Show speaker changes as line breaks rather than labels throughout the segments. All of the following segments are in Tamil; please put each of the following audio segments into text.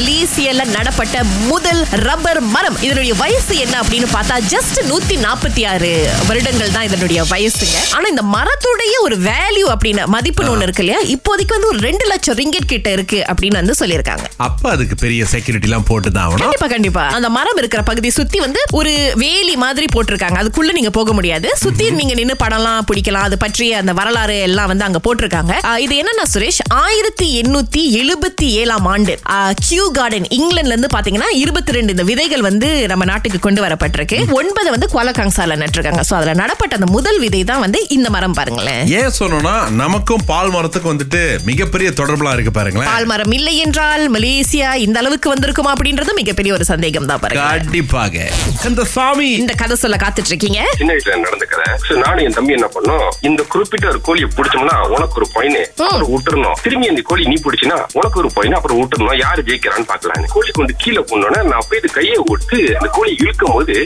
ஐபிசிஎல்ல நடப்பட்ட முதல் ரப்பர் மரம் இதனுடைய வயசு என்ன அப்படின்னு பார்த்தா ஜஸ்ட் நூத்தி நாற்பத்தி ஆறு வருடங்கள் தான் இதனுடைய வயசுங்க ஆனா இந்த மரத்துடைய ஒரு வேல்யூ அப்படின்னு மதிப்புன்னு ஒண்ணு இருக்கு இல்லையா இப்போதைக்கு வந்து ஒரு ரெண்டு லட்சம் ரிங்கெட் கிட்ட இருக்கு அப்படின்னு வந்து சொல்லியிருக்காங்க
அப்ப அதுக்கு பெரிய செக்யூரிட்டி எல்லாம் போட்டு தான் ஆகணும்
கண்டிப்பா கண்டிப்பா அந்த மரம் இருக்கிற பகுதி சுத்தி வந்து ஒரு வேலி மாதிரி போட்டிருக்காங்க அதுக்குள்ள நீங்க போக முடியாது சுத்தி நீங்க நின்னு படம்லாம் பிடிக்கலாம் அது பற்றிய அந்த வரலாறு எல்லாம் வந்து அங்க போட்டிருக்காங்க ஆஹ் இது என்னன்னா சுரேஷ் ஆயிரத்தி எண்ணூத்தி எழுபத்தி ஏழாம் ஆண்டு ஆஹ் கியூ கார்டன் இங்கிலாந்துல இருந்து பாத்தீங்கன்னா இருபத்தி ரெண்டு இந்த விதைகள் வந்து நம்ம நாட்டுக்கு கொண்டு வரப்பட்டிருக்கு ஒன்பது வந்து குவலகாங்சால நட்டிருக்காங்க சோ அதுல நடப்பட்ட அந்த முதல் விதை தான் வந்து இந்த மரம் பாருங்களேன்
ஏன் சொன்னோம்னா நமக்கும் பால் மரத்துக்கும் வந்துட்டு மிகப்பெரிய தொடர்புலாம் இருக்கு பாருங்களேன்
பால் மரம் இல்லை என்றால் மலேசியா இந்த அளவுக்கு வந்திருக்குமா அப்படின்றது மிகப்பெரிய ஒரு சந்தேகம் தான் பாருங்க
கண்டிப்பாக இந்த சாமி
இந்த கதை சொல்ல காத்துட்டு இருக்கீங்க
சின்ன வயசுல நடந்த கதை So, நானும் என் தம்பி என்ன பண்ணோம் இந்த குறிப்பிட்ட ஒரு கோழியை பிடிச்சோம்னா உனக்கு ஒரு பாயிண்ட் அப்புறம் விட்டுறணும் திரும்பி அந்த கோழி நீ பிடிச்சினா உனக்கு ஒரு பாயிண்ட் அப்புறம் விட்டுறணும் யாரு ஜெயிக்கிறான்னு பாக்கலாம் கோழி கொண்டு கீழே போனோட நான் போய் இது கையை விட்டு அந்த கோழி இழுக்கும் போது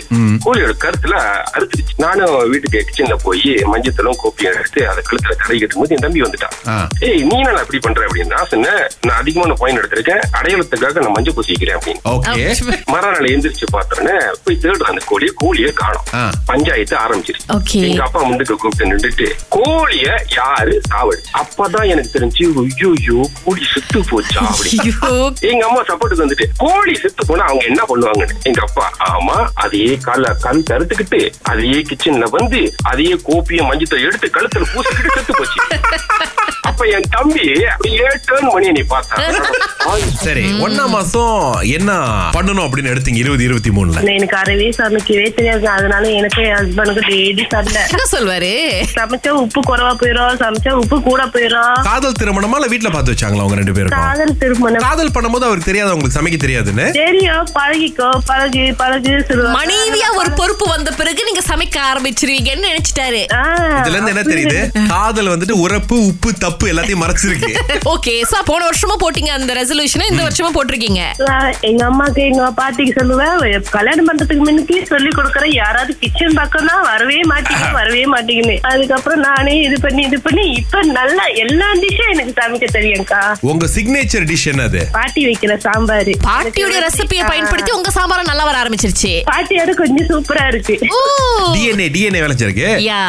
கோழியோட கருத்துல அறுத்துருச்சு நானும் வீட்டுக்கு கிச்சன்ல போய் மஞ்சத்தலும் கோப்பியும் எடுத்து அதை கழுத்துல கடை கட்டும் போது என் தம்பி
ஆ.
வந்துட்டான் ஏய் நீ என்ன இப்படி பண்ற அப்படின்னு நான் சொன்னேன் நான் அதிகமான பாயிண்ட் எடுத்திருக்கேன் அடையாளத்துக்காக நான் மஞ்சள் பூசி வைக்கிறேன் அப்படின்னு
ஓகே
மறுநாள் எந்திரிச்சு பார்த்தோன்னே போய் தேடுற அந்த கோழியை கோழியை காணும்
ஆ.
பஞ்சாயத்து ஆரம்பிச்சிருச்சு
Okay.
எங்க அப்பா முந்துக்கு கூப்பிட்டு நின்றுட்டு கோழிய யாரு சாவடி அப்பதான் எனக்கு தெரிஞ்சு ஐயோ கோழி செத்து போச்சா அப்படி
ஐயோ
எங்க அம்மா சப்போர்ட்டுக்கு வந்துட்டு கோழி செத்து போனா அவங்க என்ன பண்ணுவாங்கன்னு எங்க அப்பா ஆமா அதையே கால கல் தடுத்துக்கிட்டு அதையே கிச்சன்ல வந்து அதையே கோப்பியும் மஞ்சத்தை எடுத்து கழுத்துல பூசிக்கிட்டு செத்து போச்சு அப்ப என் தம்பி அப்படியே டேர்ன் பண்ணி என்னை பார்த்தான்
சரி ஒன்னாம் மாசம் என்ன பண்ணணும் அப்படின்னு எடுத்தீங்க இருபது இருபத்தி மூணுல
ஆனா எனக்கு அறவே சமைக்கவே தெரியாது அதனால எனக்கு என் ஹஸ்பண்டுக்கு டெய்லி சண்டை
என்ன சொல்வாரு
சமைச்சா உப்பு குறைவா போயிடும் சமைச்சா உப்பு கூட போயிடும்
காதல் திருமணமா இல்ல வீட்டுல பார்த்து வச்சாங்களா அவங்க ரெண்டு பேரும்
காதல் திருமணம்
காதல் பண்ணும்போது அவருக்கு தெரியாது உங்களுக்கு சமைக்க தெரியாதுன்னு
தெரியும் பழகிக்கோ பழகு பழகு சொல்லுவாங்க.
மனைவியா ஒரு பொறுப்பு வந்த பிறகு நீங்க சமைக்க ஆரம்பிச்சிருவீங்கன்னு நினைச்சிட்டாரு
ஆ,
இதுல இருந்து என்ன தெரியுது காதல் வந்துட்டு உரப்பு உப்பு தப்பு எல்லாத்தையும் மறைச்சிருக்கு
ஓகே சோ போன வருஷமா போட்டீங்க அந்த ரெசல்யூஷன் இந்த வருஷமும் போட்டிருக்கீங்க
நான் எங்க அம்மாக்கு எங்க பாட்டிக்கு சொல்லுவேன் "எப் கல்யாணம் பண்றதுக்கு முன்னுக்கு சொல்லி கொடுக்குறேன் யாராவது கிச்சன் பக்கம்னா வரவே மாட்டீங்க வரவே மாட்டீங்கன்னு அதுக்கப்புறம் நானே இது பண்ணி இது பண்ணி இப்ப நல்லா எல்லா டிஷ்ஷும் எனக்கு சமைக்க தெரியும்க்கா
உங்க சிக்னேச்சர் டிஷ் என்னது
பாட்டி வைக்கிற சாம்பார்
பாட்டியோட ரெசிபியை பயன்படுத்தி உங்க சாம்பாரம் நல்லா வர ஆரம்பிச்சிருச்சு
பாட்டியோட கொஞ்சம் சூப்பரா இருக்கு
ஓ
டிஎன்ஏ டிஎன்ஏ விளைஞ்சிருக்கு
யா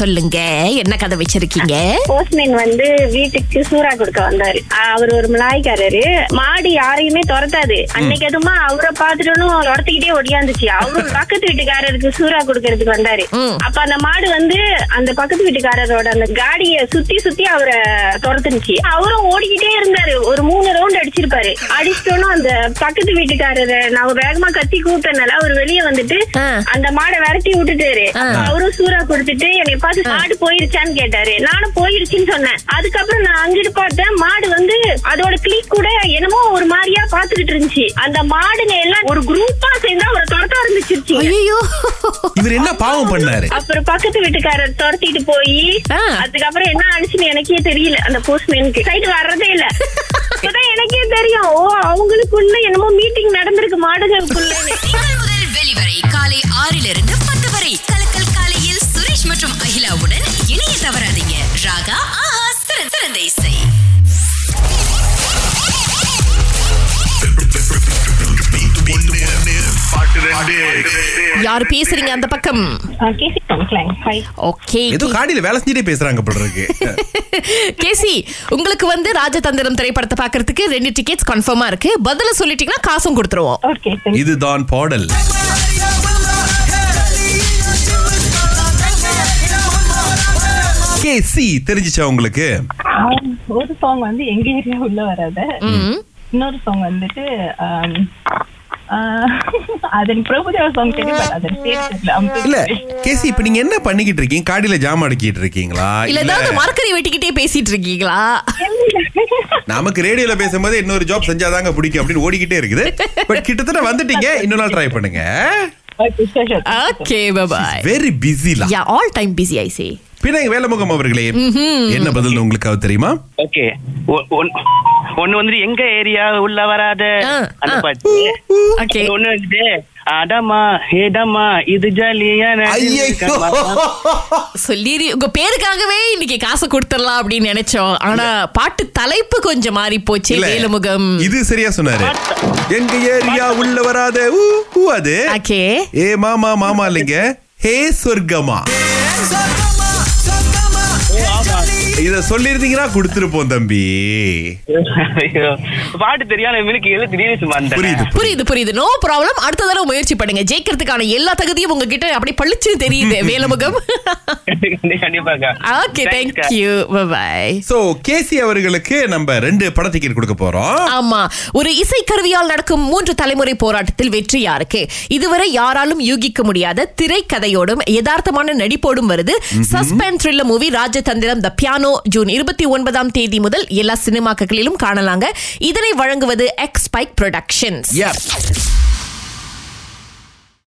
சொல்லுங்க என்ன கதை வச்சிருக்கீங்க
போஸ்ட்மேன் வந்து வீட்டுக்கு சூறா கொடுக்க வந்தாரு அஹ் அவர் ஒரு மிளாய்க்காரரு மாடு யாரையுமே துரத்தாது அன்னைக்கு அதுமா அவரை பாத்துட்டோன்னு துரத்திக்கிட்டே ஒடியாந்துச்சு அவரும் பக்கத்து வீட்டுக்காரருக்கு சூறா கொடுக்கறதுக்கு வந்தாரு
ம்.
அப்ப அந்த மாடு வந்து அந்த பக்கத்து வீட்டுக்காரரோட அந்த காடிய சுத்தி சுத்தி அவரை துரத்துனுச்சு அவரும் ஓடிக்கிட்டே இருந்தாரு ஒரு மூணு ரவுண்ட் அடிச்சிருப்பாரு அடிச்சிட்டோன்னு அந்த பக்கத்து வீட்டுக்காரரை நான் வேகமா கத்தி கூப்பிட்டனால அவர் வெளியே வந்துட்டு
ஆ.
அந்த மாடை விரட்டி விட்டுட்டாரு
ஆ.
அவரும் சூறா கொடுத்துட்டு என்னை பார்த்து மாடு போயிருச்சான்னு கேட்டாரு நானும் போயிருச்சுன்னு சொன்னேன் அதுக்கப்புறம் நான் அங்கிட்டு பார்த்தேன் மாடு வந்து அதோட கிளிக் கூட என்னமோ ஒரு மாதிரியா பாத்துக்கிட்டு இருந்துச்சு அந்த மாடுங்க எல்லாம் ஒரு குரூப்பா சேர்ந்து அவரை துரத்த ஆரம்பிச்சிருச்சு
ஐயோ
இவர் என்ன பாவம் பண்ணாரு
அப்புறம் பக்கத்து வீட்டுக்காரர் துரத்திட்டு போய்
ஆ.
அதுக்கப்புறம் என்ன ஆனிச்சுன்னு எனக்கே தெரியல அந்த போஸ்ட்மேனுக்கு சைடு வர்றதே இல்ல இப்பதான் எனக்கே தெரியும் ஓ அவங்களுக்குள்ள என்னமோ மீட்டிங் நடந்திருக்கு மாடுகளுக்குள்ள
திங்கள் முதல் வெளிவரை காலை ஆறிலிருந்து பத்து வரை கலக்கல் காலையில் சுரேஷ் மற்றும் அகிலாவுடன் இணைய தவறாதீங்க ராகா ஆஹா சிறந்த சிறந்த இசை
யார் பேசுறீங்க அந்த பக்கம் ஓகே
ஏதோ காடியில வேலை செஞ்சுட்டே பேசுறாங்க போல இருக்கு
கேசி உங்களுக்கு வந்து ராஜதந்திரம் திரைப்படத்தை பாக்குறதுக்கு ரெண்டு டிக்கெட்ஸ் கன்ஃபார்மா இருக்கு பதில சொல்லிட்டீங்கன்னா காசும் கொடுத்துருவோம்
இதுதான் பாடல் கேசி தெரிஞ்சுச்சா உங்களுக்கு
ஒரு சாங் வந்து எங்க ஏரியா உள்ள வராத
ம்.
இன்னொரு சாங் வந்துட்டு ஆம், ஆ, அது எனக்கு பிரபுதேவா சாங் தெரியும் but அதன் பேர் தெரியல அவங்க
இல்ல கேசி இப்ப நீங்க என்ன பண்ணிக்கிட்டு இருக்கீங்க காடியில ஜாம் அடிக்கிட்டு இருக்கீங்களா
இல்ல ஏதாவது மரக்கறி வெட்டிக்கிட்டே பேசிட்டு இருக்கீங்களா
நமக்கு ரேடியோல பேசும்போது இன்னொரு ஜாப் செஞ்சாதாங்க பிடிக்கும் அப்படின்னு ஓடிக்கிட்டே இருக்குது பட் கிட்டத்தட்ட வந்துட்டீங்க இன்னொரு நாள் ட்ரை பண்ணுங்க
Okay, sure, sure.
Okay bye
very பிஸில
யா all time busy I say
பின்ன வேலமுகம் அவர்களே என்ன பதில் உங்களுக்கு தெரியுமா
ஓகே ஒ- ஒன்- ஒண்ணு வந்துட்டு எங்க ஏரியா உள்ள வராத
ஆ,
அந்த
ஆ.
பாட்டு
ஓகே
இன்னொன்னு வந்துட்டு அடமா ஏடமா இது ஜாலியா
சொல்லி உங்க பேருக்காகவே இன்னைக்கு காசு கொடுத்துடலாம் அப்படின்னு நினைச்சோம் ஆனா பாட்டு தலைப்பு கொஞ்சம் மாறி போச்சு
இல்ல,
வேலுமுகம்
இது சரியா சொன்னாரு எங்க ஏரியா உள்ள வராத ஊ, ஊ அது
ஓகே
ஏ மாமா மாமா இல்லைங்க ஹே சொர்க்கமா இத சொல்லிருந்தீங்கன்னா கொடுத்திருப்போம் தம்பி
ஐயோ, பாட்டு தெரியாத எனக்கு எழுத்து திடீர்னு வந்தேன்.
புரியுது
புரியுது புரியுது நோ ப்ராப்ளம் அடுத்த தடவை முயற்சி பண்ணுங்க ஜெயிக்கிறதுக்கான எல்லா தகுதியும் உங்ககிட்ட அப்படியே பளிச்சு தெரியுது வேலுமுகம்
கண்டிப்பாக்கா
ஓகே
தேங்க்ஸ்க்கா.
தேங்க்யூ பை
சோ கேசி அவர்களுக்கு நம்ம ரெண்டு பட டிக்கெட் கொடுக்க போறோம்
ஆமா ஒரு இசைக்கருவியால் நடக்கும் மூன்று தலைமுறை போராட்டத்தில் வெற்றி யாருக்கு இதுவரை யாராலும் யூகிக்க முடியாத திரைக்கதையோடும் யதார்த்தமான நடிப்போடும் வருது suspense thriller movie ராஜதந்திரம் the piano June இருபத்தி ஒன்பதாம் தேதி முதல் எல்லா சினிமாக்களிலும் காணலாங்க இதனை வழங்குவது எக்ஸ்பைக் ப்ரொடக்ஷன்ஸ்
Yeah.